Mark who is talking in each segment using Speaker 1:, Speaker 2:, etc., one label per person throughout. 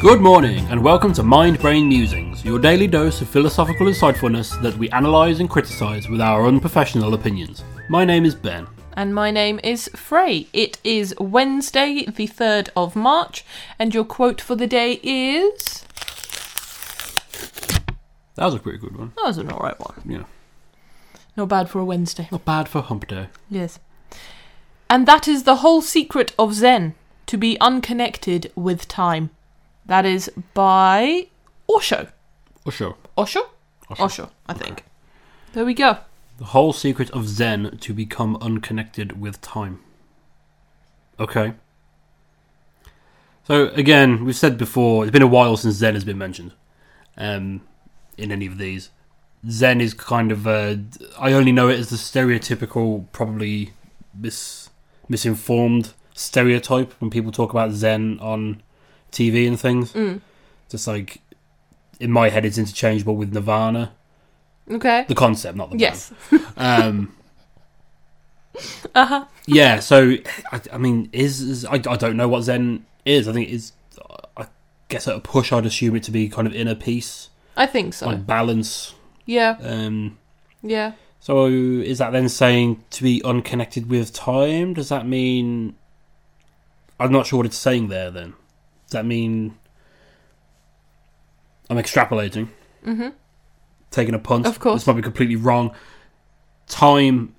Speaker 1: Good morning, and welcome to Mind Brain Musings, your daily dose of philosophical insightfulness that we analyse and criticise with our unprofessional opinions. My name is Ben.
Speaker 2: And my name is Frey. It is Wednesday, the 3rd of March, and your quote for the day is.
Speaker 1: That was a pretty good one.
Speaker 2: That was "Oh, an alright one.
Speaker 1: Yeah.
Speaker 2: Not bad for a Wednesday.
Speaker 1: Not bad for hump day.
Speaker 2: Yes. And that is the whole secret of Zen to be unconnected with time. That is by Osho.
Speaker 1: Or sure.
Speaker 2: Osho?
Speaker 1: Osho.
Speaker 2: Osho, I think. There we go.
Speaker 1: The whole secret of Zen to become unconnected with time. Okay. So again, we've said before, it's been a while since Zen has been mentioned um, in any of these. Zen is kind of uh, I only know it as the stereotypical, probably mis misinformed stereotype when people talk about Zen on TV and things. Just like in my head, it's interchangeable with Nirvana,
Speaker 2: Okay.
Speaker 1: the concept, not the band.
Speaker 2: Yes.
Speaker 1: Um, Yeah. So, I, I mean, is, is I, I don't know what Zen is. I think it is. I guess at a push, I'd assume it to be kind of inner peace,
Speaker 2: I think so.
Speaker 1: like balance.
Speaker 2: Yeah,
Speaker 1: Um,
Speaker 2: yeah.
Speaker 1: so, is that then saying to be unconnected with time? Does that mean? I'm not sure what it's saying there. Then, does that mean? I'm extrapolating.
Speaker 2: hmm
Speaker 1: taking a punt.
Speaker 2: Of course.
Speaker 1: This might be completely wrong. Time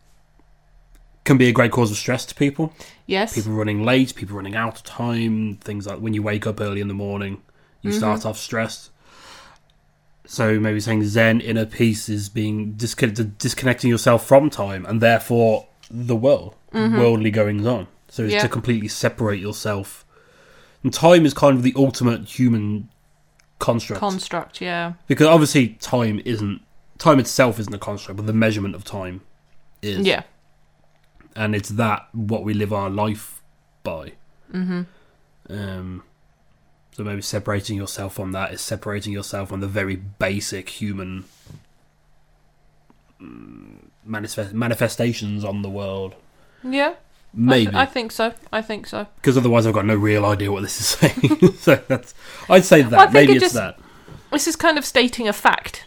Speaker 1: can be a great cause of stress to people.
Speaker 2: Yes.
Speaker 1: People running late, people running out of time, things like when you wake up early in the morning, you
Speaker 2: Mm-hmm.
Speaker 1: start off stressed. So maybe saying Zen inner peace is being disconnected, disconnecting yourself from time and therefore the world, worldly goings on. So it's
Speaker 2: Mm-hmm. Yeah.
Speaker 1: to completely separate yourself. And time is kind of the ultimate human construct
Speaker 2: Construct, yeah.
Speaker 1: because obviously time isn't time itself isn't a construct but the measurement of time is
Speaker 2: Yeah.
Speaker 1: and it's that what we live our life by mm-hmm. um so maybe separating yourself from that is separating yourself from the very basic human mm, manifest manifestations on the world
Speaker 2: Yeah.
Speaker 1: maybe
Speaker 2: I think so. I think so.
Speaker 1: because otherwise i've got no real idea what this is saying so that's i'd say that
Speaker 2: I think
Speaker 1: maybe
Speaker 2: it
Speaker 1: it's
Speaker 2: just-
Speaker 1: that
Speaker 2: This is kind of stating a fact,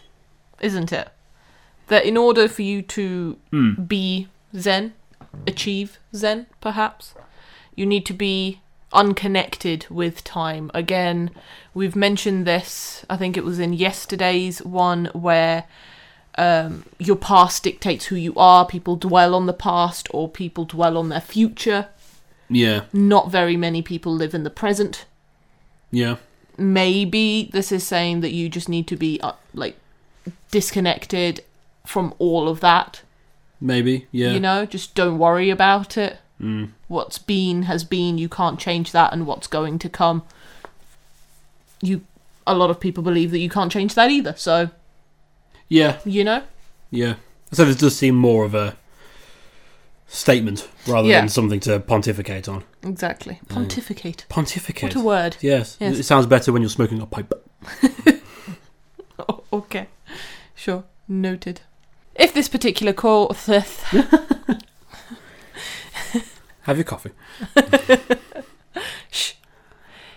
Speaker 2: isn't it? That in order for you to be Zen, achieve Zen, perhaps, you need to be unconnected with time. Again, we've mentioned this, I think it was in yesterday's one where um, your past dictates who you are. People dwell on the past or people dwell on their future.
Speaker 1: yeah
Speaker 2: Not very many people live in the present.
Speaker 1: yeah
Speaker 2: maybe this is saying that you just need to be uh, like disconnected from all of that
Speaker 1: maybe yeah
Speaker 2: you know just don't worry about it what's been has been you can't change that and what's going to come you a lot of people believe that you can't change that either so
Speaker 1: yeah
Speaker 2: you know
Speaker 1: Yeah. So this does seem more of a statement rather
Speaker 2: Yeah.
Speaker 1: than something to pontificate on.
Speaker 2: exactly pontificate
Speaker 1: Pontificate.
Speaker 2: what a word
Speaker 1: Yes.
Speaker 2: Yes.
Speaker 1: It sounds better when you're smoking a pipe.
Speaker 2: O- okay sure noted if this particular call
Speaker 1: Have your coffee.
Speaker 2: Shh.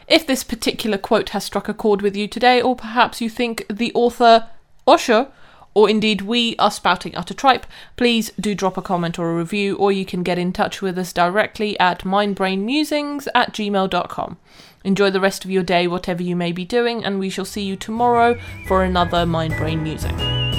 Speaker 2: If this particular quote has struck a chord with you today, or perhaps you think the author, Osho, or indeed we are spouting utter tripe, please do drop a comment or a review, or you can get in touch with us directly at mindbrainmusings at gmail.com. Enjoy the rest of your day, whatever you may be doing, and we shall see you tomorrow for another Mind Brain Musing.